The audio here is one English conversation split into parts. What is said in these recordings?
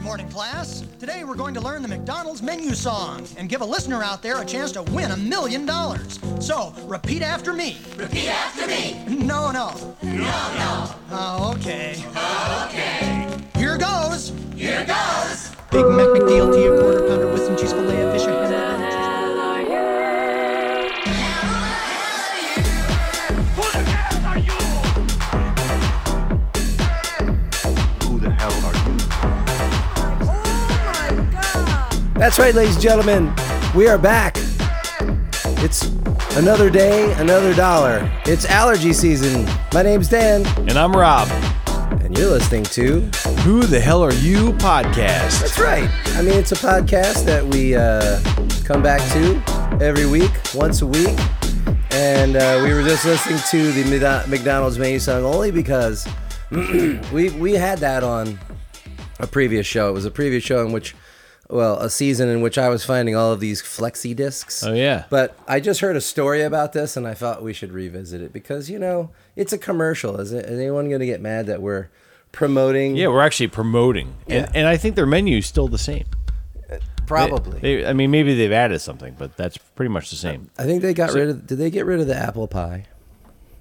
morning, class. Today we're going to learn the McDonald's menu song and give a listener out there a chance to win a million dollars. So, repeat after me. Repeat after me. No, no. No, no. Oh, Oh, okay. Okay. Here goes. Here goes. Big Mac McDLT, a quarter pounder with some cheese filet, a fish, a ham, and a cheese- Who the hell are you? That's right, ladies and gentlemen. We are back. It's another day, another dollar. It's allergy season. My name's Dan, And I'm Rob. and you're listening to. Who the hell are you podcast? That's right. I mean, it's a podcast that we uh, come back to every week, once a week. And uh, we were just listening to the Mc- McDonald's menu song only because we, we had that on a previous show. It was a previous show in which, well, a season in which I was finding all of these flexi discs. Oh, yeah. But I just heard a story about this, and I thought we should revisit it because you know it's a commercial. Is, it, is anyone going to get mad that we're promoting? Yeah, we're actually promoting. Yeah. And, and I think their menu is still the same. They- probably. they- I mean, maybe they've added something, but that's pretty much the same. I think they got rid of. Did they get rid of the apple pie?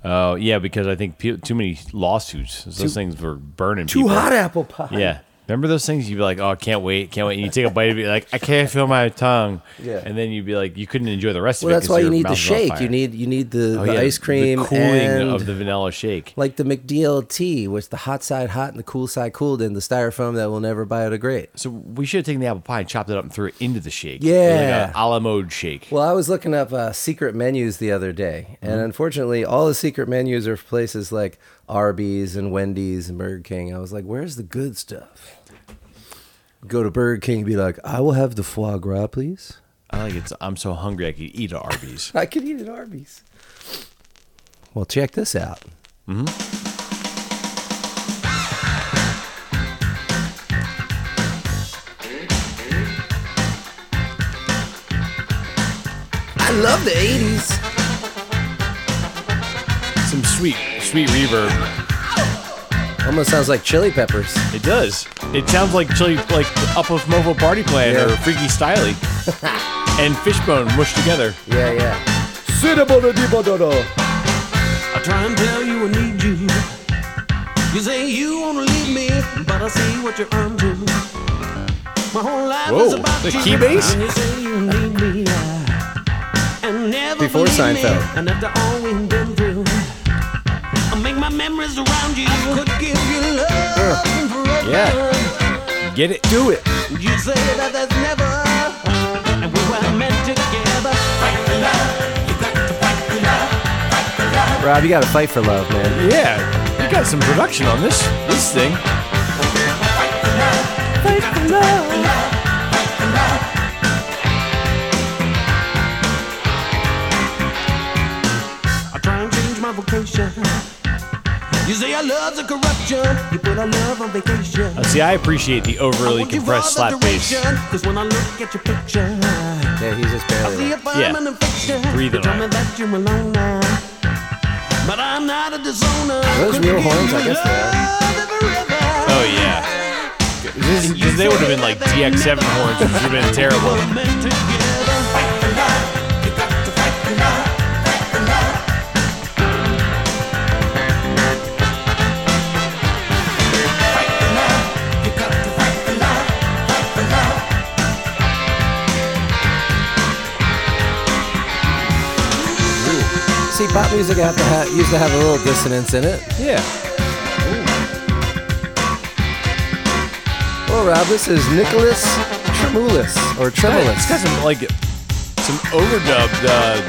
Oh, yeah, because I think pe- too many lawsuits. Those things were burning Too people. hot apple pie. Yeah. Remember those things? You'd be like, oh, I can't wait, can't wait. And you take a bite of it, you're like, I can't feel my tongue. Yeah. And then you'd be like, you couldn't enjoy the rest Well, of it. that's 'cause why you your need mouth the was on shake. fire. You need you need the, Oh, the yeah, ice cream The cooling and of the vanilla shake. like the McDLT, which the hot side hot and the cool side cooled, and the styrofoam that will never biodegrade. So we should have taken the apple pie and chopped it up and threw it into the shake. Yeah. Like a a la mode shake. Well, I was looking up uh, secret menus the other day, and Mm-hmm. unfortunately, all the secret menus are places like Arby's and Wendy's and Burger King. I was like, "Where's the good stuff?" Go to Burger King and be like, "I will have the foie gras, please." I like it's. I'm so hungry I could eat at Arby's. I could eat at Arby's. Well, check this out. I love the '80s. Some sweet, sweet reverb. Almost sounds like Chili Peppers. It does. It sounds like chili, like up of Mobile Party Plan Yeah. or Freaky Styly, and Fishbone mushed together. Yeah, yeah. Cinnabon dibododo. I try and tell you I need you. You say you wanna leave me, but I see what you're up to. My whole life is Whoa, about the you. key bass? And you say you need me, I- and never Before believe Seinfeld. Me, and after all we've been through, I make my memories around you. I could give you love forever. Yeah. Get it? Do it. You say that there's never, and we were meant together. Rob, you gotta fight for love, man. Yeah. You got some production on this this thing. I try and change my vocation. You say I love's a corruption. You put our love on vacation. Uh, see, I appreciate the overly compressed slap bass. Cause when I look at your picture, Yeah, he's just I barely. see there. if I'm Yeah. an infection. Breathe You it tell out. me that you're alone now. But I'm not a disown. Those real horns, I guess they are. Oh yeah. Because they would have been like DX7 horns, which would have been terrible. Oh. See, pop music have to ha used to have a little dissonance in it. Yeah. Well, Rob, this is Nicholas Tremulis or It's got Tremulis. some like some overdubbed uh,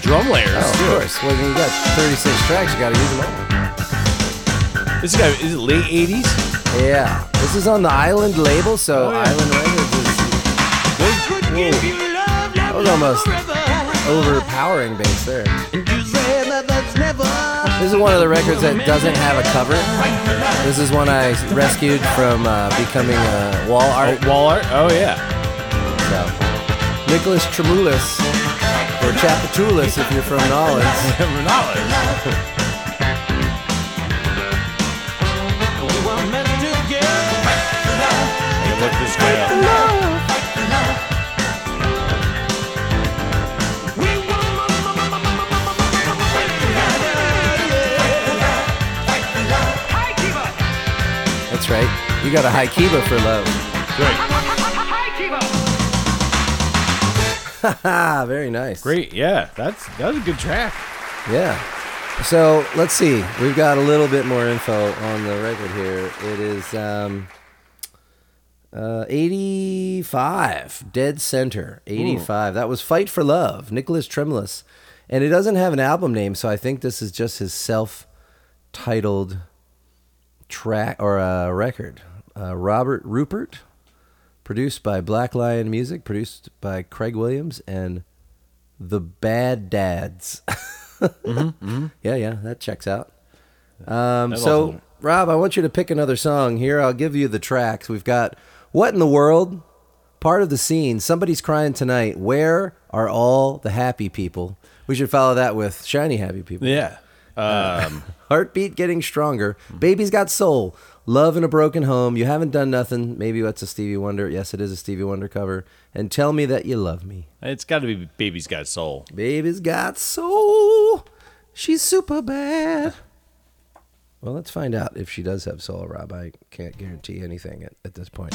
drum layers Oh, too. of course. Well, you got 36 tracks. You gotta use them all. This guy is it late '80s? Yeah. This is on the Island label, so Oh, yeah. Island Records is That was almost overpowering bass there. And you say that that's never. This is one of the records that doesn't have a cover. This is one I rescued from uh, becoming a wall Oh, art. wall art? Oh yeah. So. Nicholas Tremulis or Chapatulis if you're from Nolens. Ronaldo. We were meant together. That's right. You got a high kiba for low. Right. Ah, very nice. Great. Yeah. That's that was a good track. Yeah. So let's see. We've got a little bit more info on the record here. It is um, uh, 85, Dead Center, 85. That was Fight for Love, Nicholas Tremulous. And it doesn't have an album name, so I think this is just his self titled track or uh, record. Uh, Robert Rupert, produced by Black Lion Music, produced by Craig Williams and The Bad Dads. Yeah, yeah, that checks out. Um, That so, also- Rob, I want you to pick another song here. I'll give you the tracks. We've got What in the World, Part of the Scene, Somebody's Crying Tonight, Where Are All the Happy People? We should follow that with Shiny Happy People. Yeah. Um, Heartbeat Getting Stronger, Baby's Got Soul, Love in a Broken Home, You Haven't Done Nothing, Maybe That's a Stevie Wonder. Yes, it is a Stevie Wonder cover. And Tell Me That You Love Me. it's got to be Baby's Got Soul. Baby's got soul. She's super bad. Well, let's find out if she does have soul, Rob. I can't guarantee anything at, at this point.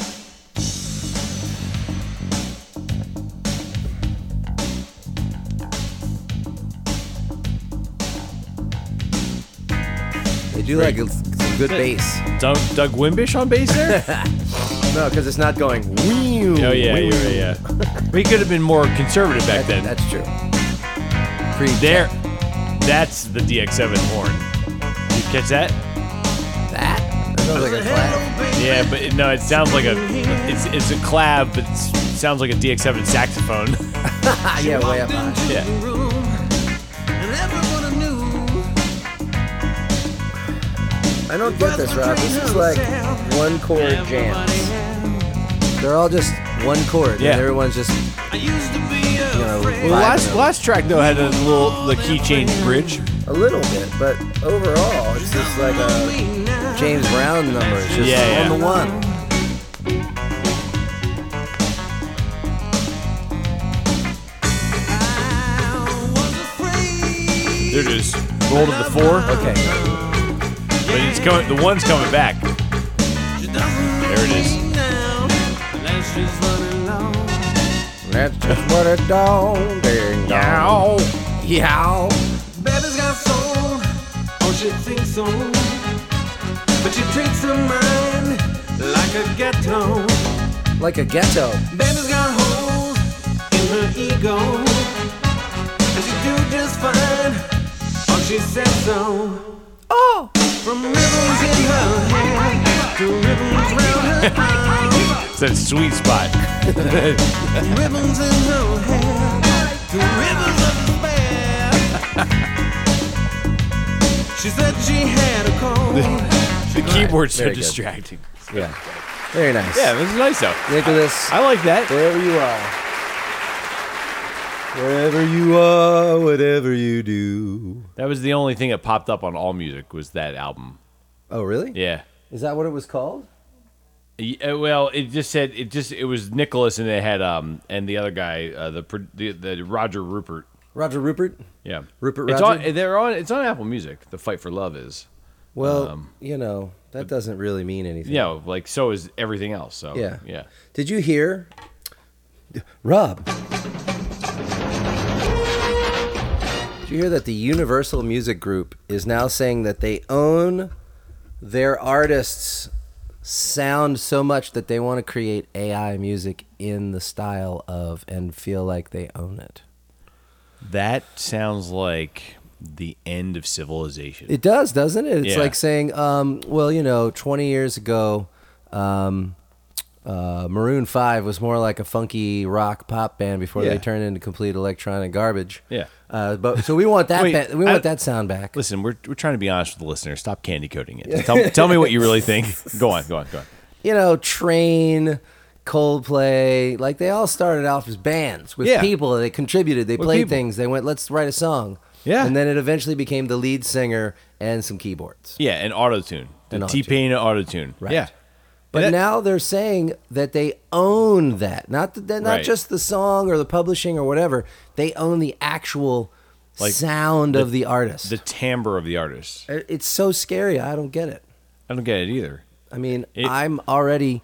They do like a, some good bass. Doug, Doug Wimbish on bass there? No, because it's not going. oh, yeah. You're right, yeah. We could have been more conservative back then. That's true. Creed. There. That's the DX7 horn. You catch that? That sounds like a clap. Yeah, but it- no, it sounds like a it's it's a clav, but it's, it sounds like a DX7 saxophone. Ah, yeah, way up high. Yeah. I don't get this, Rob. This is like one chord jams. They're all just one chord, Yeah. and everyone's just you know Well, the last last track though had a little the key change bridge. vibing a little bit, but overall it's just like a James Brown number. It's just Yeah, yeah. on the one. They're just roll to the four, Okay, but it's coming. The one's coming back. There it is. that's just what it dong ding dong. Yow. Baby's got soul, oh she thinks so. But she treats her mind like a ghetto. Like a ghetto. Baby's got holes in her ego. And she do just fine, oh she says so. Oh! From ribbons in her hair to ribbons round her arms. It's that sweet spot. Ribbons in her hair to ribbons of despair. She said she had a cold. The keyboards Very are good. distracting. Yeah. Very nice. Yeah, this is nice though. Nicholas, I like that. wherever you are. Wherever you are, whatever you do. That was the only thing that popped up on All Music was that album. Oh, really? Yeah. Is that what it was called? Yeah, well, it just said it just it was Nicholas and they had um and the other guy uh, the, pro- the the Roger Rupert. Roger Rupert. Yeah, Rupert It's Roger? on. They're on. It's on Apple Music. The Fight for Love is. Well, Um, you know that doesn't really mean anything. You know, like so is everything else. So Yeah. yeah. Did you hear, Rob? Did you hear that the Universal Music Group is now saying that they own their artists' sound so much that they want to create AI music in the style of and feel like they own it? That sounds like the end of civilization. It does, doesn't it? It's Yeah. like saying, um, well, you know, 20 years ago, um, uh, Maroon 5 was more like a funky rock pop band before Yeah. they turned into complete electronic garbage. Yeah. Uh, but so we want that Wait, ba- we I- want that sound back. Listen, we're we're trying to be honest with the listener. Stop candy coating it. Tell, tell me what you really think. Go on. Go on. Go on. You know, Train, Coldplay, like they all started off as bands with Yeah. people. They contributed, they With played people. things. They went, let's write a song. Yeah. And then it eventually became the lead singer and some keyboards. Yeah, and auto tune. And The T auto-tune. Pain auto tune. Right. Yeah. But That- now they're saying that they own that, not that that- not Right. just the song or the publishing or whatever. They own the actual Like, sound the- of the artist. The timbre of the artist. it's so scary. I don't get it. I don't get it either. I mean, It- I'm already.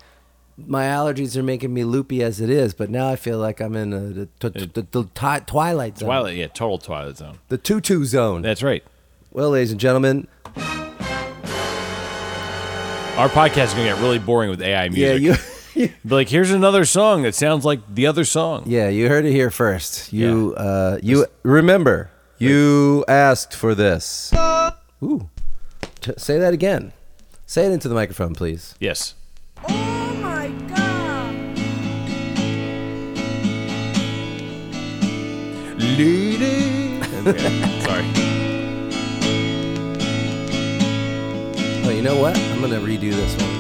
My allergies are making me loopy as it is, but now I feel like I'm in a, the, t- t- t- t- twilight zone, Twilight, yeah, total Twilight Zone. the tutu zone. That's right. Well, ladies and gentlemen, Our podcast is gonna get really boring with AI yeah, music. you, Be like, here's another song that sounds like the other song. yeah, you heard it here first. You, uh, you remember, you asked for this. Ooh, T- say that again. Say it into the microphone, please. Yes. Oh my god! Lady. Okay. Sorry. Oh, you know what? I'm gonna redo this one.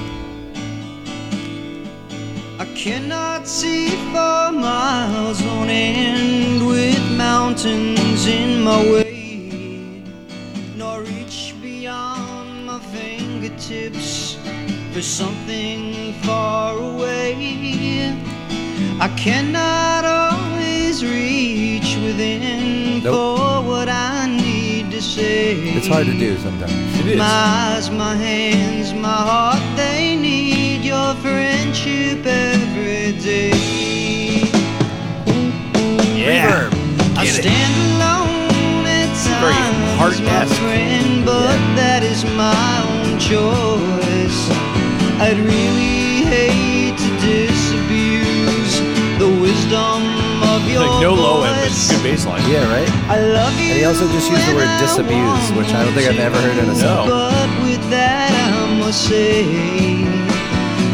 I cannot see for miles on end with mountains in my way, nor reach beyond my fingertips for something far away. I cannot always reach within Nope. for what I need to say. It's hard to do sometimes. It is. My eyes, my hands, my heart, they need your friendship every day. Yeah. I Get it. stand alone at very times, my heart-esque. friend, but that is my own choice. I'd really hate to disabuse the wisdom of It's your like no low end, but it's voice. good bass line. Yeah, right. I love you. And he also just used the word when I disabuse, want which I don't think I've to. ever heard in a song. But with that, I must say,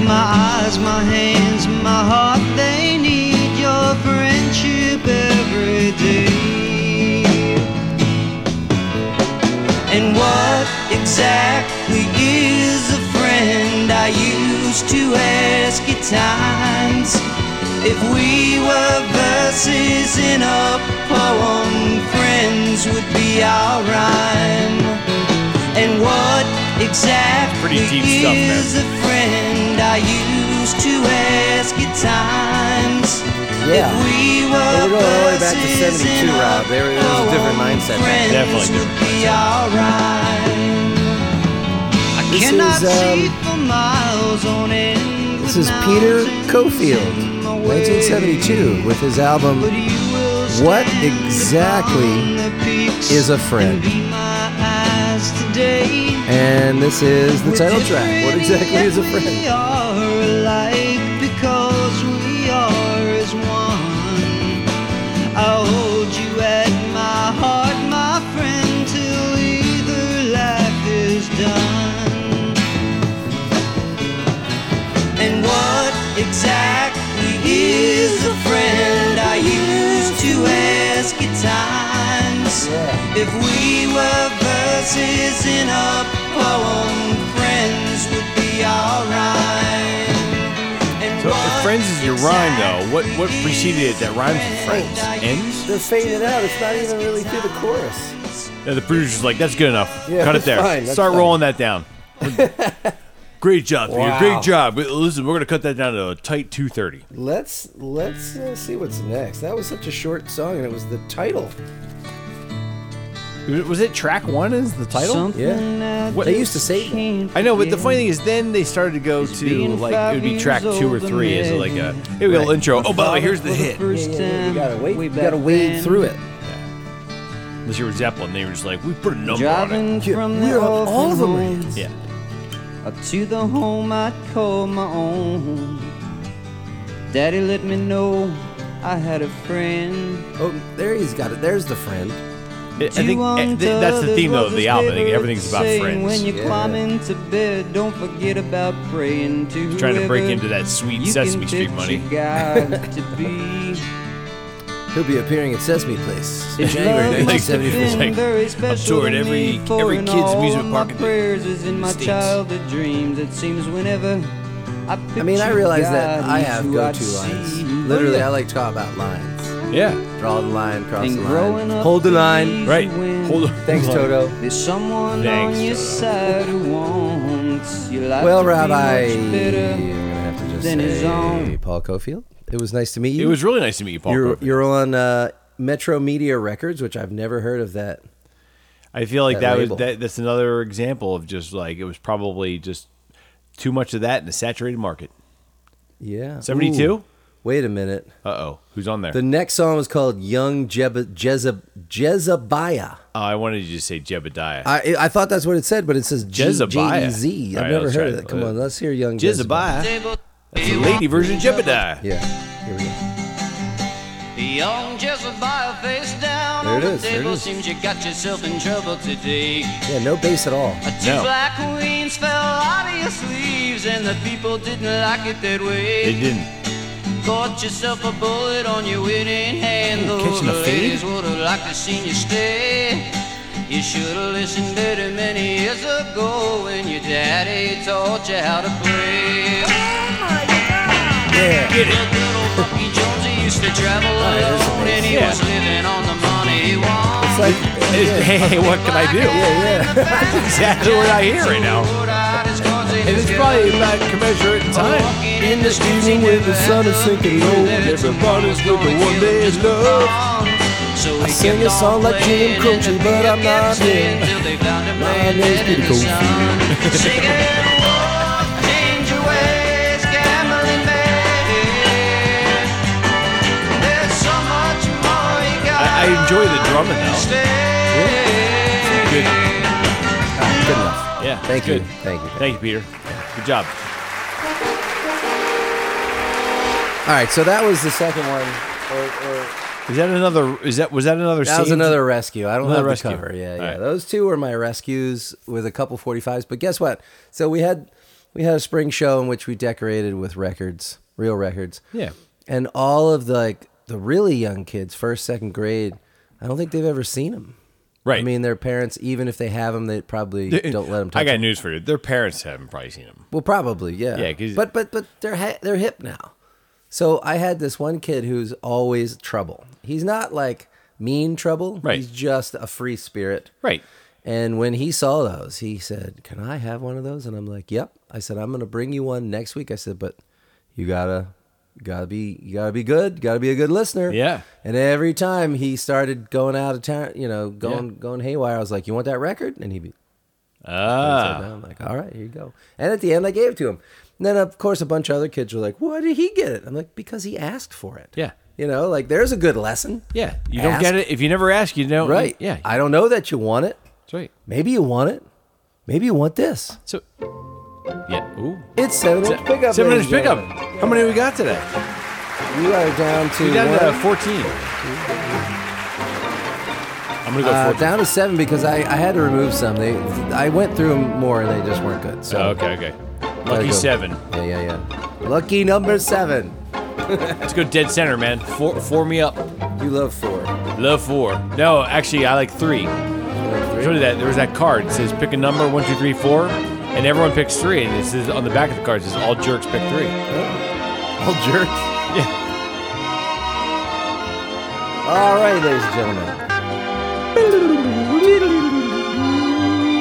my eyes, my hands, my heart, they need your friendship every day. And what exactly is a friend? I used to ask at times if we were verses in a poem, friends would be our rhyme. And what exactly Pretty deep stuff, man. is a friend? I used to ask at times. Yeah. If we were Well, we're going all the way back to verses in 72, a Rob. There- it was a different poem, mindset back then. friends Definitely would different be our rhyme. I This cannot is, um, see for miles on end. This with is Peter mountains Cofield, in my way. 1972, with his album. But you will stand What exactly upon the peaks is a friend? and be my eyes today. And this is the We're title different, track. What exactly yet is a We friend? are alike because we are as one. I hold you at my heart, my friend, till either life is done. And what exactly is a friend? I used to ask at times if we were verses in a poem. Friends would be our rhyme. And So if what Friends is your rhyme, though, what what exactly preceded it that rhymes with Friends? I Ends? They're fading out. It's not even really through the chorus. Yeah, the producer's like, that's good enough. Yeah, Cut it that's there. fine, that's Start fine. rolling that down. Great job, Peter. Wow. Great job. We- Listen, we're gonna cut that down to a tight two thirty. Let's let's uh, see what's next. That was such a short song, and it was the title. Was it track one? Is the title? Something Yeah. I What- They used to say that. can't I know, but the forget. funny thing is, then they started to go to being like it would be five track years two or older three as than like a here we go Right. intro. Oh, by the way, here's the hit. First Yeah, yeah, you gotta time wait. way You back gotta wade then. through it. This year with Zeppelin, they were just like, we put a number on it. Driving Yeah, from we the are on all orphan the home Yeah, to the home I'd call my own. Daddy let me know I had a friend. Oh, there he's got it. There's the friend. I I think uh, th- that's the theme though of the album. I think everything's about When friends. you climb into bed, don't forget about praying to Trying to break whoever into that sweet you Sesame can Street picture money. God to be. He'll be appearing at Sesame Place in It's January love must have 1974. been Like, very special toured to every- me, for every in kid's all amusement my park in the prayers is in my States. childhood dreams. It seems whenever I, I mean, I picture realize God, that I he's have who go I'd to lines. see. Literally, I like to talk about lines. Yeah, Draw the line, cross And the growing line, up hold the to line. be- right. When- Hold on. Thanks, Hold on. Toto. There's someone Thanks, on your Toto. side who wants your life Well, to be Rob, I much am better. gonna have to just than his say, own. Paul Cofield. It was nice to meet you. It was really nice to meet you, Paul. You're Coffey. you're on uh, Metro Media Records, which I've never heard of that. I feel that like that, label. was that, that's another example of just like it was probably just Too much of that in a saturated market. Yeah. 72? Ooh, Wait a minute. Uh oh. Who's on there? The next song was called Young Jeb- Jezeb- Jezebiah. oh, I wanted you to say Jebediah. I I thought that's what it said, but it says G- Jezebiah. J-E-Z. I've All right, never let's heard try of it. that. Come on, let's hear Young Jezebiah. Jezebiah. That's the lady version of Jebediah. Yeah. Here we go. Young Jezebel face down There it on the is, there it table. is. Seems you got yourself in trouble today. Yeah, no bass at all. Two No. black queens fell out of your sleeves, and the people didn't like it that way. They didn't. Caught yourself a bullet on your winning hand. Ooh, Those catching a fade? ladies would have liked to seen you stay. You should have listened better many years ago when your daddy taught you how to play. Oh my God! Yeah. The good old Bucky Jones he used to travel Oh, alone, and he Yeah. was living on the money he won. It's like, Hey, yeah, hey, what can I do? yeah, yeah. Exactly what I hear right now. And it's probably about commensurate in time. in the evening when the sun is sinking low, and everybody's looking one day's love. So I sing a song like Jim Croce, but I'm not him. My My name's Peter Cofield. I, I enjoy the drumming though. Good. Ah, good enough. Yeah. Thank good. you. Thank you. Thank you, Peter. Good job. All right, so that was the second one. Or, or, Is that another? Is that was that another? that was scene? another rescue. I don't Another have rescue. the cover. Yeah, All yeah. right. Those two were my rescues with a couple 45s. But guess what? So we had we had a spring show in which we decorated with records, real records. Yeah. And all of the like the really young kids, first, second grade, I don't think they've ever seen them. Right. I mean, their parents, even if they have them, they probably don't let them touch I got 'em. news for you. Their parents haven't probably seen him. Well, probably, yeah. Yeah, 'cause- but but but they're hi- they're hip now. So I had this one kid who's always trouble. He's not like mean trouble. Right. He's just a free spirit. Right. And when he saw those, he said, "Can I have one of those?" And I'm like, "Yep." I said, "I'm going to bring you one next week." I said, "But you gotta, you gotta be, you gotta be good. You gotta be a good listener." Yeah. And every time he started going out of town, you know, going Yeah. going haywire, I was like, "You want that record?" And he'd be, so Ah. now I'm like, all right, here you go. And at the end, I gave it to him. And then, of course, a bunch of other kids were like, why did he get it? I'm like, because he asked for it. Yeah. You know, like there's a good lesson. Yeah. You don't Ask. get it if you never ask. You don't. Right. Yeah. I don't know that you want it. that's right. Maybe you want it. Maybe you want this. So. Yeah. Ooh. It's seven inch pickup. Seven inch ladies and pickup. gentlemen. How many we got today? You are down to We got one- uh, fourteen. I'm gonna go uh, fourteen. down to seven because I, I had to remove some. They I went through them more and they just weren't good. So Oh, okay. Okay. I gotta Lucky go- seven. Yeah, yeah, yeah. Lucky number seven. Let's go dead center, man. Four, four me up. You love four. Love four. No, actually, I like three. You love I three. showed you that there was that card. It says pick a number one, two, three, four, and everyone picks three. And it says on the back of the card, it says all jerks pick three. All jerks. Yeah. All right, ladies and gentlemen.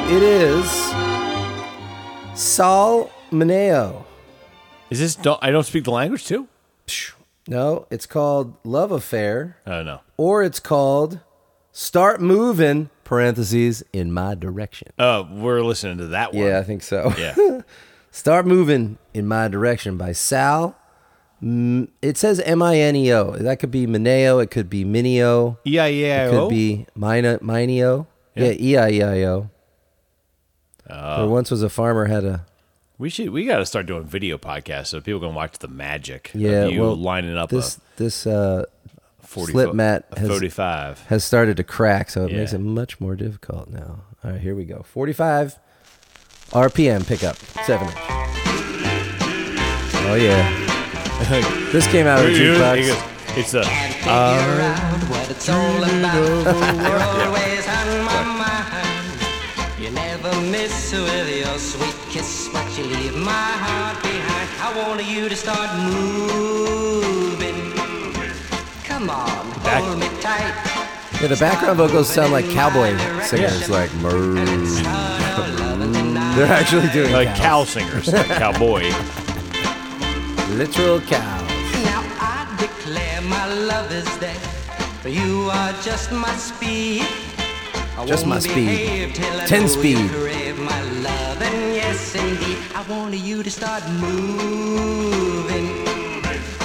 It is Sal Mineo. Is this? Don't, I don't speak the language too. No, it's called Love Affair, Oh no. or it's called Start Moving, parentheses, in my direction. Uh, we're listening to that one. Yeah, I think so. Yeah. Start Moving in My Direction by Sal. M- It says M I N E O. That could be Mineo. It could be Minio. Yeah. Yeah. could be Mina Minio. Yeah, E I E I O. Oh. There once was a farmer had a We should. We got to start doing video podcasts so people can watch the magic. yeah. Of you well, lining up this a this uh, forty slip foot- mat a has- forty-five. has started to crack, so it Yeah. makes it much more difficult now. All right, here we go. Forty five RPM pickup seven. inch. Oh yeah, this came out of a Here it jukebox. is. It's a. It's all about the world always on my mind. You never miss with your sweet kiss, but you leave my heart behind. I want you to start moving. Come on, Back- hold me tight. Yeah, the background vocals sound like cowboy singers, like "Moo." They're actually doing Like cows. cow singers, like cowboy. literal cows. Now I declare my love is there. For you are just my speed. Just my speed. 10 speed.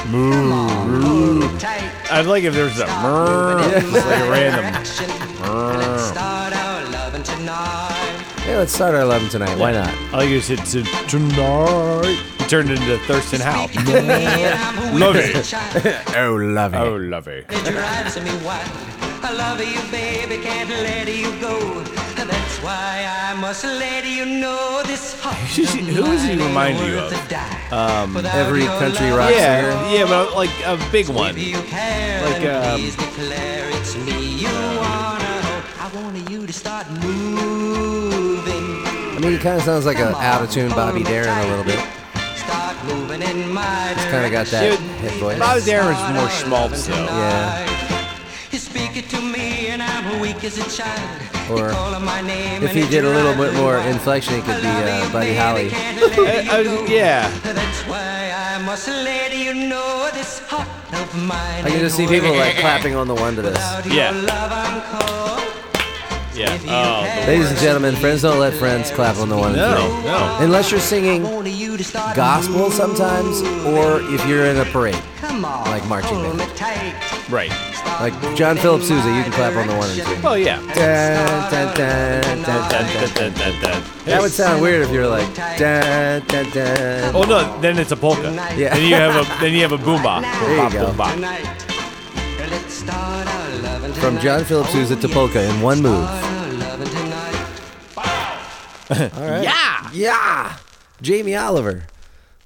Mmm. I'd like if there's a just Mmm. like a random. Hey, let's start our 11 tonight. Why not? I like if it's a tonight. It turned into Thurston Howe. love it. Oh, love Oh, love it. drives me wild. I love you, baby, can't let you go. That's why I must let you know this heart. Who does he remind you of? Um, Every country rock singer. Yeah, yeah, but like a big one. You care, Like, then um, please declare it's me you wanna. I wanted you to start moving. I mean, he kind of sounds like an out of tune Bobby Darin a little bit. Start moving in my direction. Kind of got that hit voice. Bobby Darren's more schmaltz though. Yeah. You speak it to me and I'm weak as a child. You Or call on my name If and he it did a little drives bit me more wild. inflection, it could be I love uh, you, Buddy baby, Holly. can't let I- I- you go. Uh, yeah. That's why I must let you know this heart of mine. I can just see ain't people like working. clapping on the one to this. Without your Yeah. love, I'm cold. Yeah. Oh, Ladies and gentlemen, friends don't let friends clap on the one to no, no. three. Unless you're singing Wanted you to start gospel sometimes, or if you're in a parade, Come on, like marching hold band. me Oh. tight. Right. Like John Philip Sousa, you can clap on the one and two. Well, yeah. Dun, dun, dun, dun, dun, Dun, dun, dun. dun, dun, dun. That would sound weird if you were like dun, dun, dun. Oh no, then it's a polka. Yeah. Then you have a then you have a boomba. There you go. Tonight. Let's start our loving From tonight. Oh, John Philip Sousa to polka in one move. Yeah. Yeah. Jamie Oliver.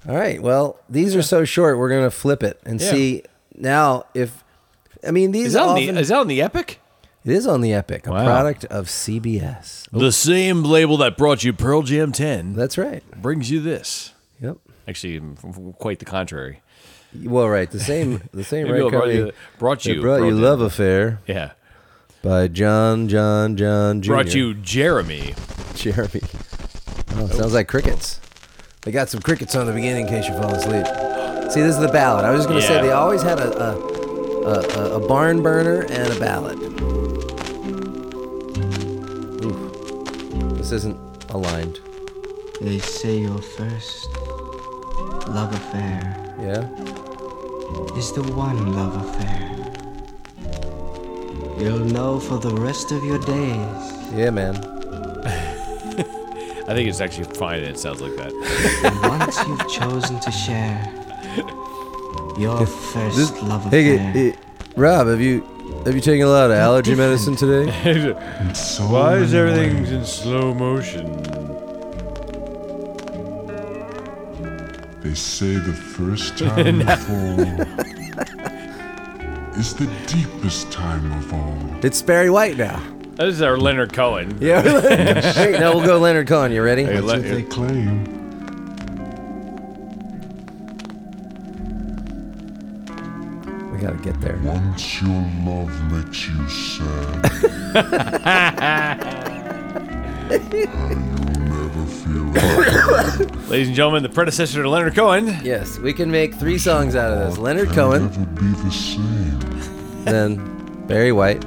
All right. Well, these are so short. We're gonna flip it and Yeah. see now if I mean these Is that, on the, often, is that on the Epic? it is on the Epic, a Wow. product of CBS. The same label that brought you Pearl Jam 10 That's right. brings you this. Yep. Actually, f- f- quite the contrary. Well, right. The same. The same. Maybe right I brought company you- brought that you Brought you Pearl Jam. love affair Yeah. by John John John Jr. Brought you Jeremy. Jeremy. Oh, it sounds like crickets. They got some crickets on the beginning in case you fall asleep. See, this is the ballad. I was just gonna say Yeah. they always had a a, a, a, a barn burner and a ballad. Oof. This isn't aligned. They say your first love affair Yeah. is the one love affair. You'll know for the rest of your days. Yeah, man. I think it's actually fine. It sounds like that. Once you've chosen to share your first This, love hey, affair, eh, eh, Rob, have you have you taken a lot of allergy medicine today? Why is everything in slow motion? They say the first time of all is the deepest time of all. It's Barry White now. This is our Leonard Cohen. Yeah. hey, now we'll go Leonard Cohen. You ready? Hey, That's Le- what they claim. We gotta get there. Once your love makes you sad, you'll never feel it. Ladies and gentlemen, the predecessor to Leonard Cohen. Yes, we can make three songs out of this. Leonard Can Cohen, Never be the same. then Barry White.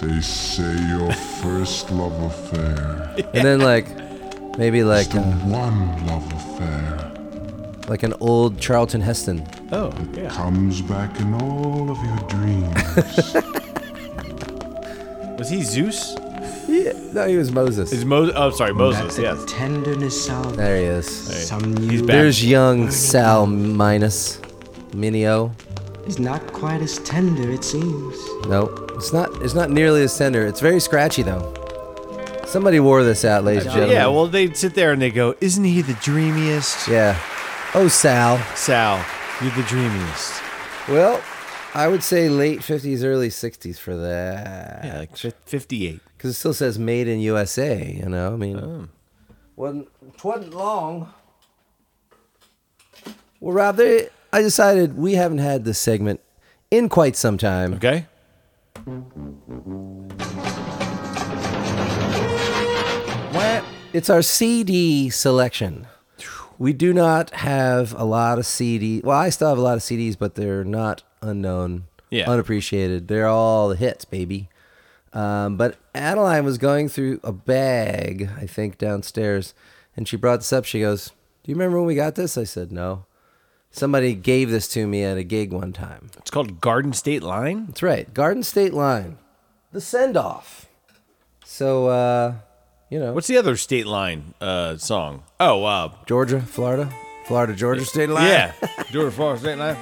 They say your first love affair And then like maybe is like the uh, one love affair. like an old Charlton Heston. Oh, yeah. Comes back in all of your dreams. Was he Zeus? Yeah, no, he was Is Moses. Mo- oh, sorry, Moses. Yes. tenderness of There he is. some He's new back. There's young Sal Minus Minio. is not quite as tender, it seems. No, it's not. It's not nearly as tender. It's very scratchy though. Somebody wore this out, ladies and gentlemen. Yeah, well, they sit there and they go, Isn't he the dreamiest? yeah. Oh, Sal. Sal, you're the dreamiest. Well, I would say late '50s, early '60s for that. Yeah, like 58. Because it still says made in USA, you know? I mean, wasn't, wasn't long. Well, Rob, there, I decided we haven't had this segment in quite some time. Okay? It's our CD selection. We do not have a lot of CD. Well, I still have a lot of CDs, but they're not unknown Yeah. unappreciated. They're all the hits, baby. Um, but Adeline was going through a bag, I think, downstairs, and she brought this up. She goes, "Do you remember when we got this?" I said, "No." Somebody gave this to me at a gig one time. It's called Garden State Line. That's right, Garden State Line, the send off. So, uh, you know, What's the other state line uh, song? Oh, uh, Georgia, Florida, Florida, Georgia State Line. yeah, Georgia Florida State Line.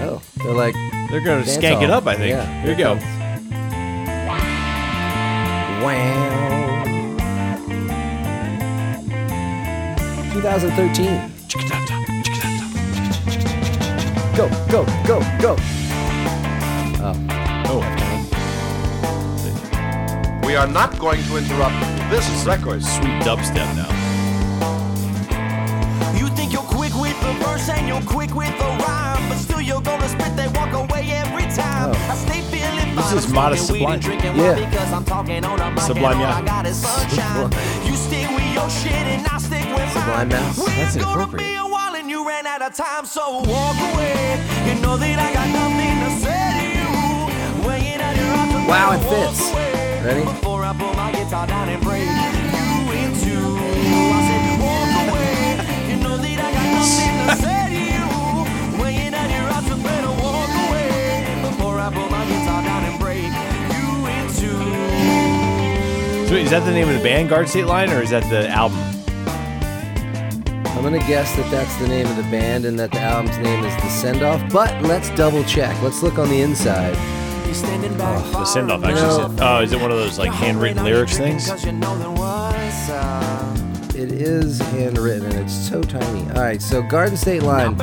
Oh, they're like, They're going to Dance skank it hall. up, I think. Yeah, Here you here go. it wow. 2013. Go, go, go, go. Oh, We are not going to interrupt this record. sweet dubstep now. You think you're quick with the verse and you're quick with the rhyme, but still you're gonna spit. They walk away every time. Oh. I stay feeling fine. This I'm is Modest smoking weed and Sublime. drinking wine Yeah. because I'm talking on a mic Sublime, and all yeah. I got is sunshine. you stick with your shit and I stick with Sublime, mine. yeah. We're That's gonna inappropriate. be a while and you ran out of time, so walk away. You know that I got nothing to say to you. When you interrupt, Wow, it walk fits. away. Ready? Before I pull my guitar down and break you in two. I said, walk away. You know that I got nothing to say to you. When you're not here, I just better walk away. Before I pull my guitar down and break you in two. So wait, is that the name of the band, Garden State Line, or is that the album? I'm gonna guess that that's the name of the band and that the album's name is The Send Off. But let's double check. Let's look on the inside. You're standing back Oh, The send off far actually No. said. Oh, is it one of those like enough. handwritten Now you're lyrics drinking things? 'cause you know there was, uh, It is handwritten and it's so tiny. All right, so Garden State Line.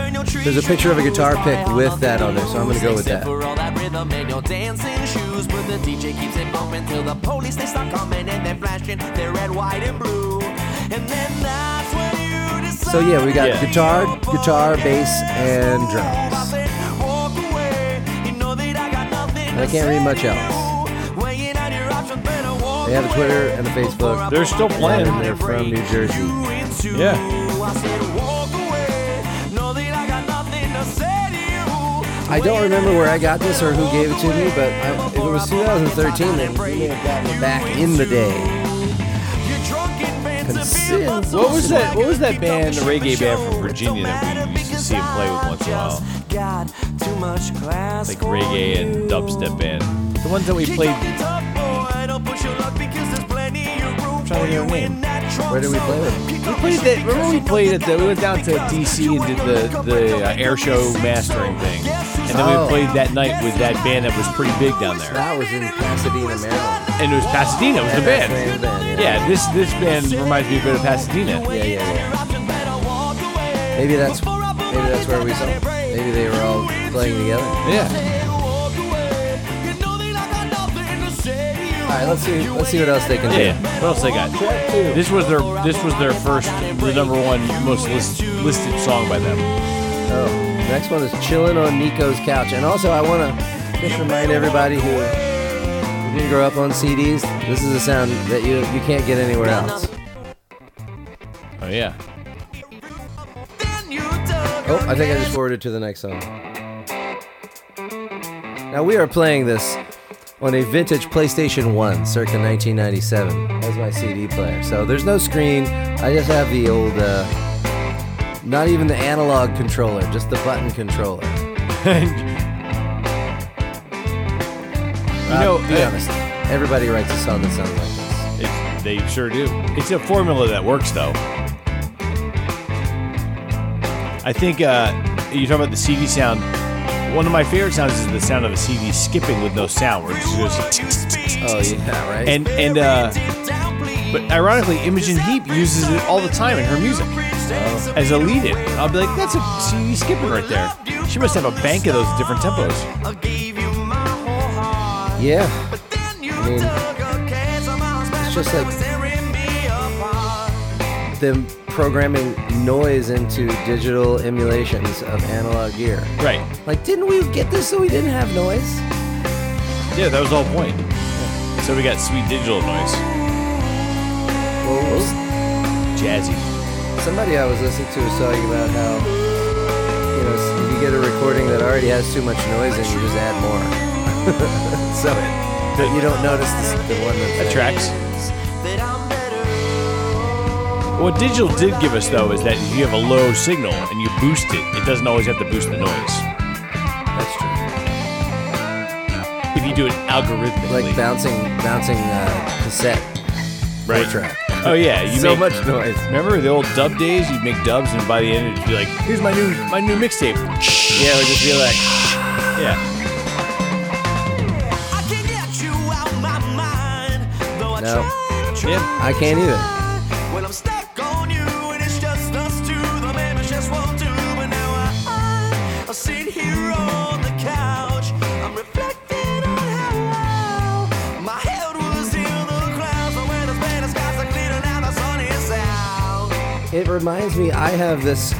There's a picture of a guitar pick with that on there, so I'm gonna go with that. For all that rhythm and your dancing shoes, but the DJ keeps it bumping till the police they start coming and they're flashing their red, white, and blue. And then that's when you decide. So yeah, we got Yeah. guitar, guitar, bass, and drums. And I can't read much else. They have a Twitter and a Facebook. They're still playing. And they're from New Jersey. Yeah. I don't remember where I got this or who gave it to me, but I, if it was 2013, then we may have gotten it back in the day. Consin- What was that? What was that band, the reggae band from Virginia that we used to see him play with once in a while? Got too much class Like for reggae you. and dubstep band. The ones that we Kick played. your guitar, boy, don't push your luck because there's plenty of room Trying to get for a you name. in that trunk, Where did we so play with? kick We up played your that. shit Remember because we you know played you at the. We went down to got nothing DC and did the the uh, air show mastering thing, and then Oh. we played that night with that band that was pretty big down there, That was in Pasadena, Maryland. and it was Pasadena. It was the That's band. the band, Yeah, this this band reminds me a bit of Pasadena. yeah, yeah, yeah. Maybe that's maybe that's where we saw. them. Maybe they were all playing together. All Yeah. right, let's see. Let's see what else they can do. Yeah. What else they got? This was their this was their first the number one most list, listed song by them. Oh, the next one is chilling on Nico's couch. And also, I want to just remind everybody who didn't grow up on CDs. This is a sound that you you can't get anywhere else. Oh yeah. Oh, I think I just forwarded to the next song. Now we are playing this on a vintage PlayStation 1 circa 1997 as my CD player. So there's no screen. I just have the old, uh, not even the analog controller, just the button controller. You know, Be uh, honest. Everybody writes a song that sounds like this. It, they sure do. It's a formula that works, though. I think uh, you talk about the CD sound. One of my favorite sounds is the sound of a CD skipping with no sound, where it just goes tick, tick, tick, tick. Oh yeah, right. and and uh, but ironically, Imogen Heap uses it all the time in her music as a lead-in. I'll be like, that's a CD skipping right there. She must have a bank of those different tempos. yeah, I mean, it's just like them programming noise into digital emulations of analog gear. Right. Like, didn't we get this so we didn't have noise? Yeah, that was the whole point. So we got sweet digital noise, jazzy. Somebody I was listening to was talking about how you know you get a recording that already has too much noise and you just add more. so that you don't notice this, the one that's That tracks. What digital did give us though is that if you have a low signal and you boost it, it doesn't always have to boost the noise. That's true. If you do it algorithmically, like bouncing, bouncing uh, cassette. right? track. Oh yeah, you So make, much noise. Remember the old dub days? You'd make dubs, and by the end, it'd be like, "Here's my new my new mixtape." Yeah, it would just be like, Yeah, no, yeah. I can't either. Well, I'm stuck on you, and it's just us two. The man just won't do, but now I, I, I sit here on the couch. I'm reflecting on how my head was in the clouds. But when it's bad, the skies are clear, now the sun is out. It reminds me, I have this.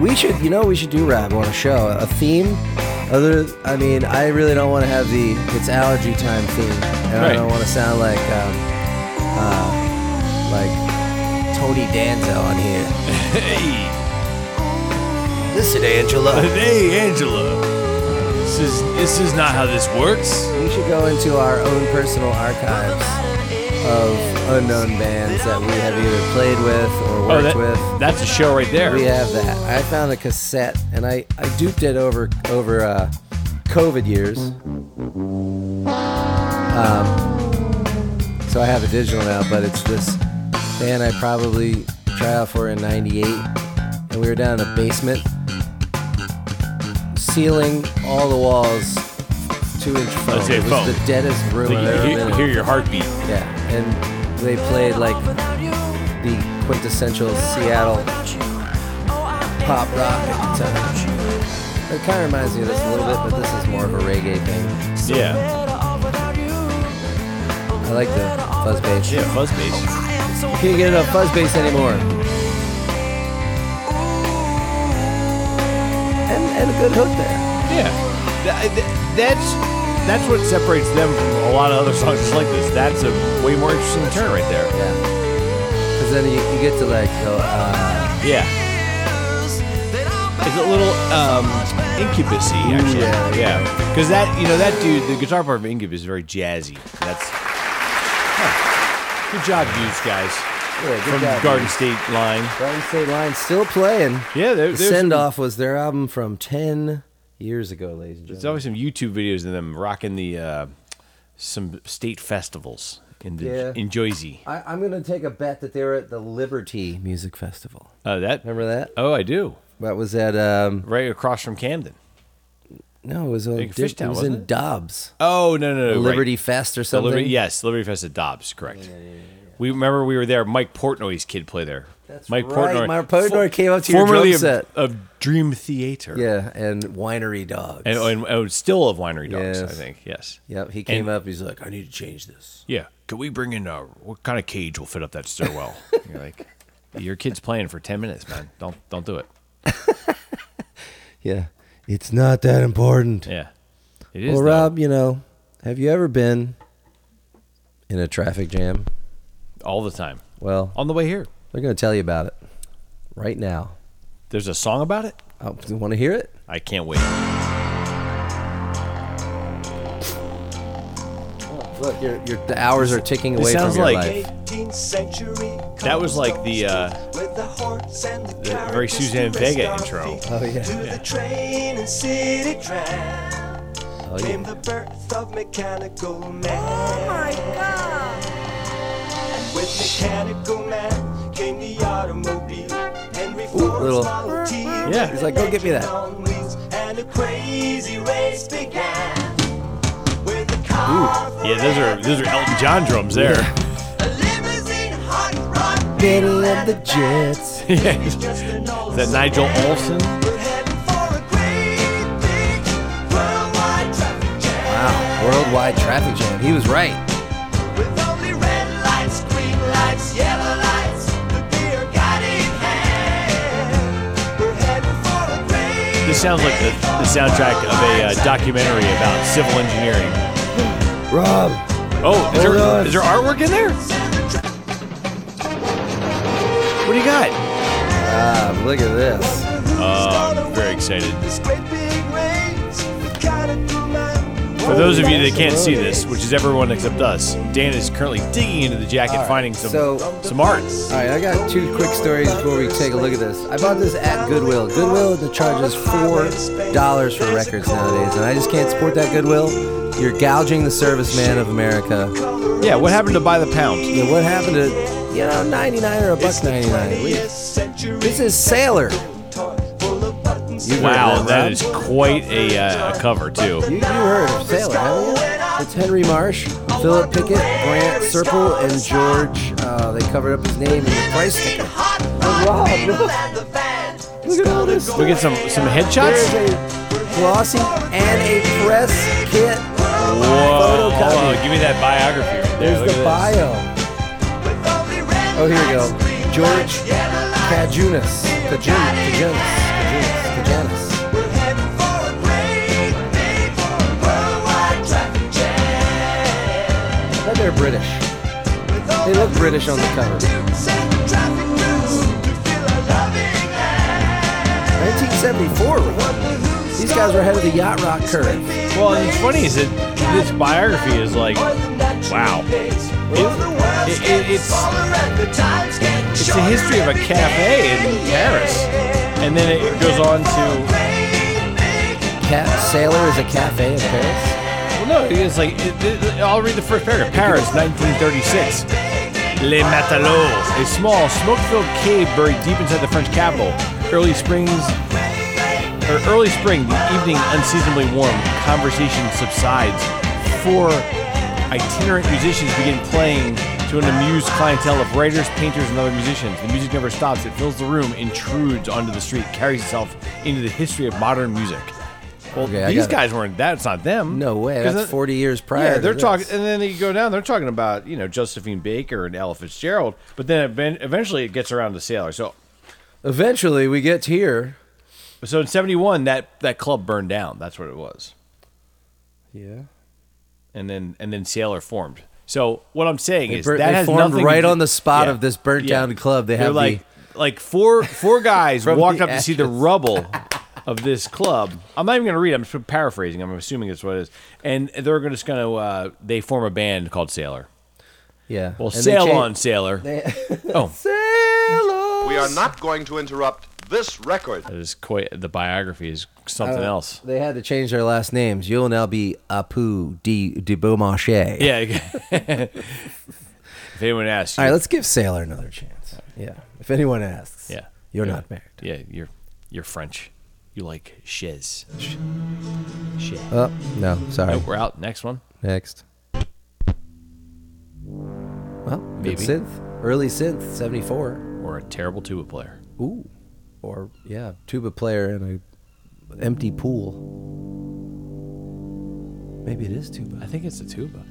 We should, you know, we should do rap on a show, a theme. Other, I mean, I really don't want to have the it's allergy time theme, and I Right. don't want to sound like, um, uh, like Tony Danza on here. Hey, Listen, Angela. hey, Angela. This is this is not how this works. We should go into our own personal archives of unknown bands that we have either played with or worked Oh, that- with. that's a show right there. We have that. I found a cassette and I, I duped it over over uh, COVID years. Um, so I have a digital now, but it's this band I probably tried out for in '98, and we were down in a basement, ceiling, all the walls, two-inch foam. Let's say it was foam. the deadest room Like, I've ever you been in. hear, you hear your heartbeat. Yeah, and they played like the quintessential Seattle pop rock at the time. It kind of reminds me of this a little bit, but this is more of a reggae thing. Yeah, I like the fuzz bass. yeah, fuzz bass. Can't get enough fuzz bass anymore. And, and a good hook there. Yeah, Th- th- that's that's what separates them from a lot of other songs just like this. That's a way more interesting turn right there. Yeah. Because then you, you get to like go, uh, Yeah, it's a little um, incubus actually. yeah. Mm, yeah. Because that you know that dude, the guitar part of Incubus is very jazzy. That's Huh. good job, dudes, guys. yeah, good From job. Garden State Line. Garden State Line still playing. Yeah, there, The there's send off was their album from 10 years ago, ladies and There's gentlemen. always some YouTube videos of them rocking the uh, some state festivals in the Yeah. in Jersey. I, I'm going to take a bet that they were at the Liberty Music Festival. Uh, that Remember that? Oh, I do. That was at, um, Right across from Camden. no, it was, on, Big Di- Fishtown, it was wasn't in it? Dobbs. Oh no no no! right. Liberty Fest or The something. Liberty, yes, Liberty Fest at Dobbs, correct. We remember we were there. Mike Portnoy's kid played there. That's right, Mike Portnoy came up to your formerly drum of, set. of Dream Theater. Yeah, and Winery Dogs. and, and, and still of Winery Dogs, I Yes. think. Yes. yep, he came and- up. He's like, I need to change this. Yeah. Could we bring in a what kind of cage will fit up that stairwell? You're like, your kid's playing for ten minutes, man. Don't don't do it. Yeah, it's not that important. Yeah. It is. Well, though. Rob, you know, have you ever been in a traffic jam? all the time. Well, On the way here, they're going to tell you about it right now. there's a song about it. Oh, you want to hear it? I can't wait. Look, your, your the hours are ticking This away from sounds your like- life. 18th century That was like the, uh, with the horse and the, the carriages very Suzanne to Vega rest our intro. feet. Oh, yeah. To the train and city tram Oh, came yeah. the birth of Mechanical Oh Man. my god. With Mechanical Man came the automobile. Henry Ford's little- Model T. Yeah. He's like, "Go get me that." On wheels, And a crazy race began. With a car Yeah, those are those are Elton John drums there. a limousine, hot rod, Middle of the jets. Yeah. Is just an old that Nigel Olsen? We're heading for a great big worldwide traffic jam. Wow, worldwide traffic jam. He was right. With only red lights, green lights, yellow lights, the beer got in hand. We're heading for a great This sounds like the, the soundtrack of a uh, documentary about civil engineering. Rob, Oh, is Hold there, on. is there artwork in there? What do you got? Rob, Um, look at this. Uh, I'm very excited. For those of you that can't see this, which is everyone except us, Dan is currently digging into the jacket, All right, finding some so- some art. All right, I got two quick stories before we take a look at this. I bought this at Goodwill. Goodwill the charges four dollars for records nowadays, and I just can't support that Goodwill. You're gouging the serviceman of America. Yeah, what happened to buy the pound? Yeah, what happened to you know ninety nine or a buck ninety nine at least? This is Sailor. You've wow, heard of them, that right? is quite a, uh, a cover too. You, you heard of Sailor, haven't you? It's Henry Marsh, Philip Pickett, Grant Serple, and George. Uh, they covered up his name in the price sticker. Wow, look, look at all this. We get some some There's headshots. a glossy and a press kit. Whoa! photocopy. Hold on, give me that biography. Right there. There's Look the at this. bio. Oh, here we go. George Kajunas. Kajun- Kajunas. Kajunas. Kajanis. I bet they're British. They look British on the cover. 1974. right? These guys were ahead of the yacht rock curve. Well, and it's funny is that this biography is like, wow. It, it, it, it's it's the history of a cafe in Paris, and then it goes on to Cat Sailor is a cafe in Paris. well, no, it's like it, it- I'll read the first paragraph. Paris, 1936. Les Matelots, a small smoke-filled cave buried deep inside the French capital. Early springs, or early spring, the evening unseasonably warm. Conversation subsides. Four itinerant musicians begin playing to an amused clientele of writers, painters, and other musicians. The music never stops. It fills the room, intrudes onto the street, carries itself into the history of modern music. Well, Okay, I these got it. guys weren't. That's not them. No way. 'Cause That's that- 40 years prior. Yeah, they're to talking, this. and then you go down. They're talking about you know Josephine Baker and Ella Fitzgerald, but then even- eventually it gets around to Sailor. So, Eventually, we get to here. so in '71, that that club burned down. That's what it was, Yeah. and then and then Sailor formed. So what I'm saying They, is bur- that they has formed nothing right to- on the spot Yeah, of this burnt yeah. down club. They They're have like the like four four guys From walked the up to see the ashes. rubble of this club. I'm not even going to read. I'm just paraphrasing. I'm assuming it's what it is, and they're gonna- just going to uh, they form a band called Sailor. yeah. Well, And they sail cha- on, Sailor. they- oh. Sailor. We are not going to interrupt this record. That is quite the biography is something Uh, else. They had to change their last names. You'll now be Apu de de Beaumarchais. Yeah. if anyone asks, All you- right, let's give Sailor another chance. Yeah. If anyone asks. yeah, You're not married. Yeah, you're you're French. You like shiz. Shit. Oh, no. Sorry. Nope, we're out. Next one. Next. Well, good Maybe. synth. Early synth, 74. Or a terrible tuba player. Ooh. Or, yeah, tuba player in a empty pool. Maybe it is tuba. I think it's a tuba.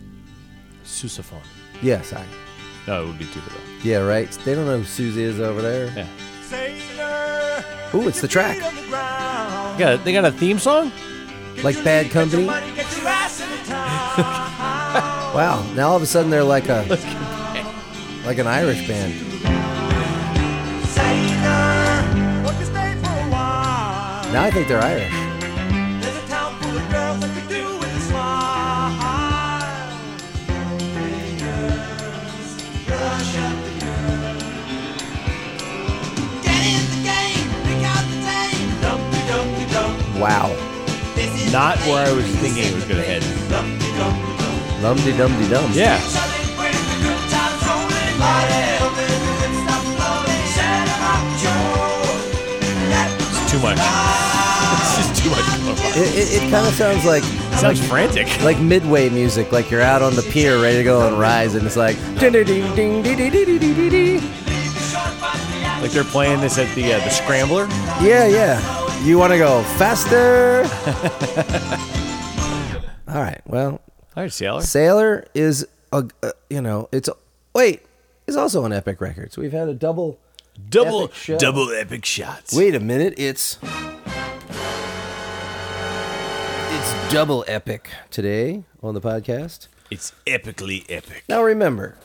Sousaphone. Yeah, sorry. No, it would be tuba though. Yeah, right. They don't know who Susie is over there. Yeah. Ooh, it's the track. Yeah, they got a theme song. Like Bad Company. wow. Now all of a sudden they're like a like an Irish band. Now I think they're Irish. Wow. Not where I was thinking it was gonna head. Lum de dum de dum. Yeah. It's too much. It's just too much. It It, it, it kind of sounds like sounds frantic. like midway music, like you're out on the pier ready to go and rise, and it's like ding ding ding ding ding ding ding ding ding ding. Like they're playing this at the uh, the Scrambler. Yeah, yeah. You want to go faster? All right. Well, All right, Sailor. Sailor is a uh, you know it's wait it's also on Epic Records. We've had a double. Double Epic show. double epic shots. Wait a minute. It's it's double epic today on the podcast. It's epically epic. Now remember,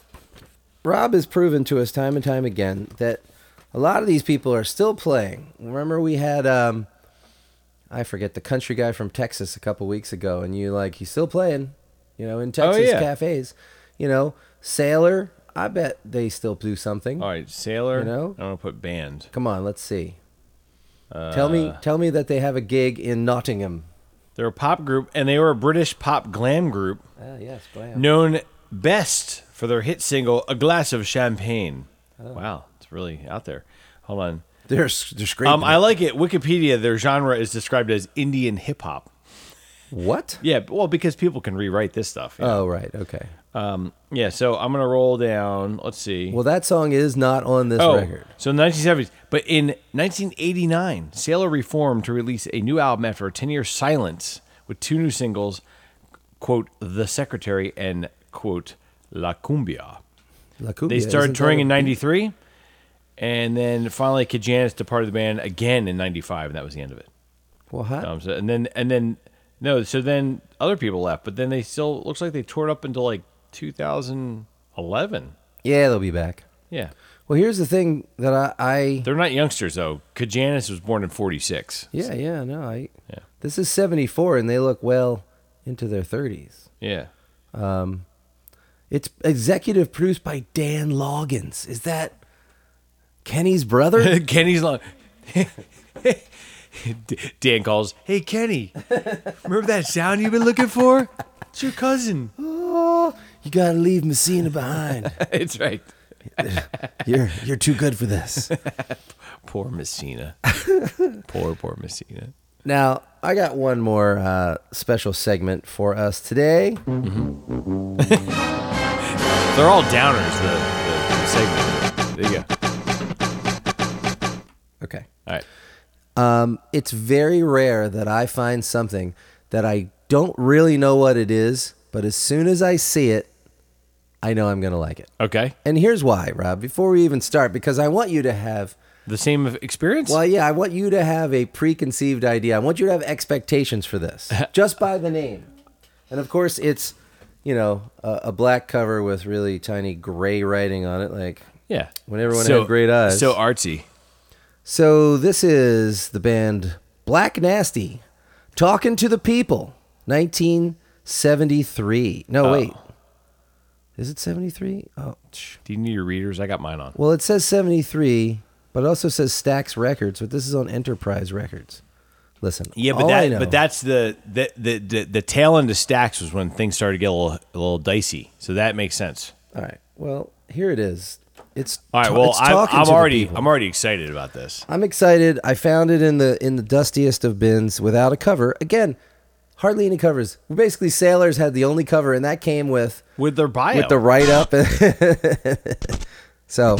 Rob has proven to us time and time again that a lot of these people are still playing. Remember, we had um, I forget the country guy from Texas a couple weeks ago, and you like he's still playing, you know, in Texas yeah. cafes. You know, Sailor. I bet they still do something. All right, Sailor. You know? I'm gonna put band. Come on, let's see. tell me, tell me that they have a gig in Nottingham. They're a pop group, and they were a British pop glam group Ah, yes, glam. known best for their hit single "A Glass of Champagne." Oh. Wow, it's really out there. Hold on. They're s- they're screaming. Um, I like it. Wikipedia, their genre is described as Indian hip hop. what? Yeah, b- well, because people can rewrite this stuff. you know? Oh right, okay. Um, yeah, so I'm gonna roll down. Let's see. Well, that song is not on this record. Oh, So 1970s, but in 1989, Sailor reformed to release a new album after a 10-year silence with two new singles, quote "The Secretary" and quote "La Cumbia." La Cumbia, They isn't started touring that in a- '93, and then finally Kajanis departed the band again in '95, and that was the end of it. Well, huh? Um, so, and then and then no, so then other people left, but then they still looks like they toured up until like 2011. yeah, they'll be back. Yeah. Well, here's the thing that I, I They're not youngsters though. Kajanis was born in '46. yeah, yeah, no, I. Yeah. This is 74, and they look well into their 30s. Yeah. It's executive produced by Dan Loggins. Is that Kenny's brother? Kenny's long. Dan calls. Hey Kenny, remember that sound you've been looking for? It's your cousin. oh, you gotta leave Messina behind. it's right. You're you're too good for this. Poor Messina. poor poor Messina. Now I got one more uh, special segment for us today. They're all downers. The, the, the segment. There you go. Okay. All right. Um, It's very rare that I find something that I don't really know what it is, but as soon as I see it, I know I'm gonna like it. Okay. And here's why, Rob. Before we even start, because I want you to have The same of experience. Well, yeah, I want you to have a preconceived idea. I want you to have expectations for this just by the name. And of course, it's, you know, a, a black cover with really tiny gray writing on it. Like, Yeah. When everyone had great eyes. So artsy. so this is the band Black Nasty talking to the people, 1973. No, Oh. wait. Is it 73? Oh, tch. Do you need your readers? I got mine on. well, it says 73, but it also says Stax Records, but this is on Enterprise Records. Listen. Yeah, but all Oh, I that know- but that's the the, the the the tail end of stacks was when things started to get a little, a little dicey. So that makes sense. All right. Well, here it is. It's All right. ta- Well, it's I'm, talking I'm to the already people. I'm already excited about this. I'm excited. I found it in the in the dustiest of bins without a cover. Again, hardly any covers. Basically, Sailors had the only cover, and that came with With their bio. with the write up. so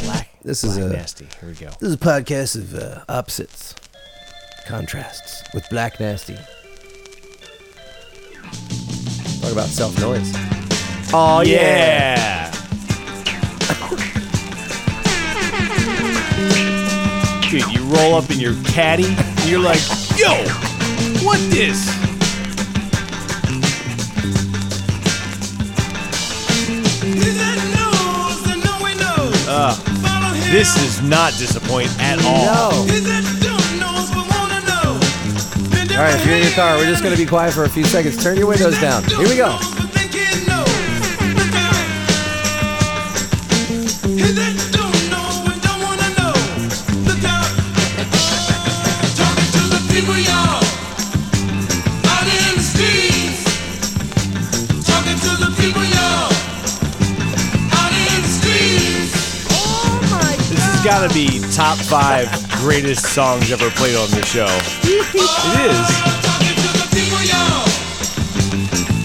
this is Black a nasty. Here we go. this is a podcast of uh, opposites, contrasts with Black Nasty. Talk about self noise. Oh yeah. Dude, you roll up in your caddy, and you're like, yo, what this? Uh, this is not disappoint at all. No. All right, if you're in your car, we're just going to be quiet for a few seconds. Turn your windows down. Here we go. Oh my This has got to be top five greatest songs ever played on this show. It is.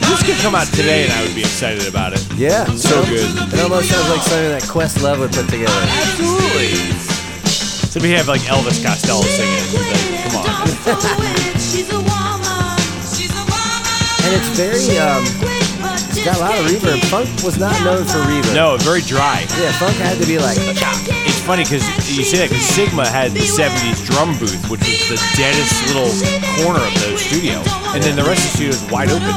This could come out today, and I would be excited about it. Yeah. So good. It almost sounds like something that Questlove would put together. Absolutely. So we have like Elvis Costello singing. Like, Oh, come on. And it's very, um, it's got a lot of reverb. Funk was not known for reverb. No, very dry. Yeah, funk had to be like, It's funny because you say that because Sigma had the 70s drum booth, which was the deadest little corner of the studio. And then the rest of the studio is wide open.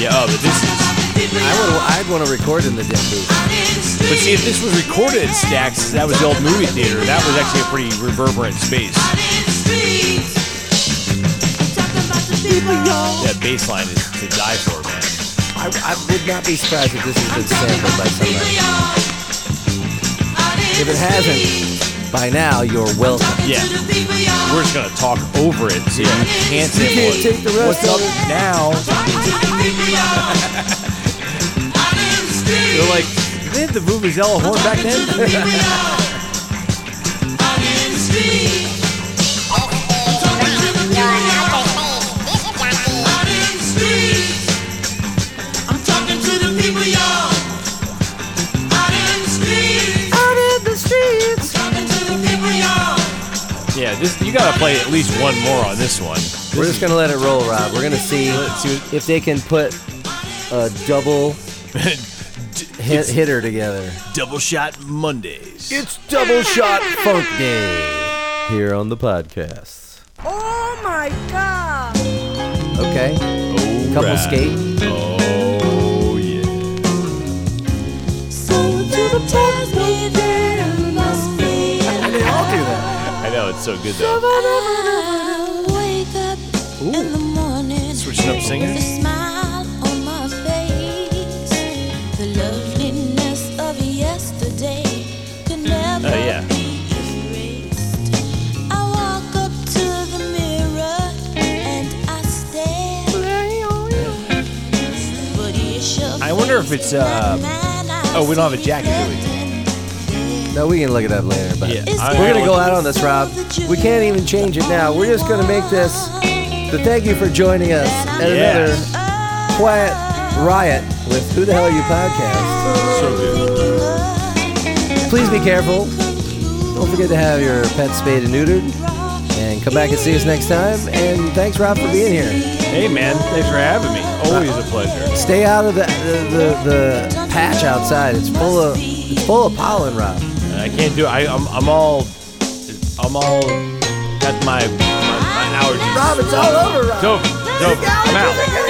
Yeah, oh, but this is. I would, I'd want to record in the dim booth. But see, if this was recorded at Stax, that was the old movie theater. That was actually a pretty reverberant space. That bass line is to die for, man. I, I would not be surprised if this has been sampled by somebody. If it hasn't, by now you're welcome. Yeah. We're just gonna talk over it so you can't You sample can't it. take the rest What's up of it. now? They're like, they had the Vuvuzela horn back then. yeah, this you gotta play at least one more on this one. This We're just gonna let it roll, Rob. We're gonna see Let's see if they can put a double hit, hitter together. Double Shot Mondays. It's double shot funk day here on the podcast. Oh my god! Okay, All couple right. skate. Oh yeah. They all do that. I know it's so good though. Switching up singers. Oh, Oh, yeah. I walk up to the mirror and I stare. But it's your I wonder if it's uh. Oh, Oh, we don't have a jacket, do we? No, we can look it up later, but Yeah. we're gonna go out on this, Rob. We can't even change it now. We're just gonna make this. The thank you for joining us at another Yes. quiet riot with Who the Hell Are You podcast. So good. Please be careful. Don't forget to have your pets spayed and neutered. And come back and see us next time. And thanks, Rob, for being here. Hey man, thanks for having me. Always a pleasure. Stay out of the the, the, the patch outside. It's full of it's full of pollen, Rob. I can't do. I I'm, I'm all I'm all got my my, my allergies. Rob, it's all over, Rob. Dope, dope. I'm out.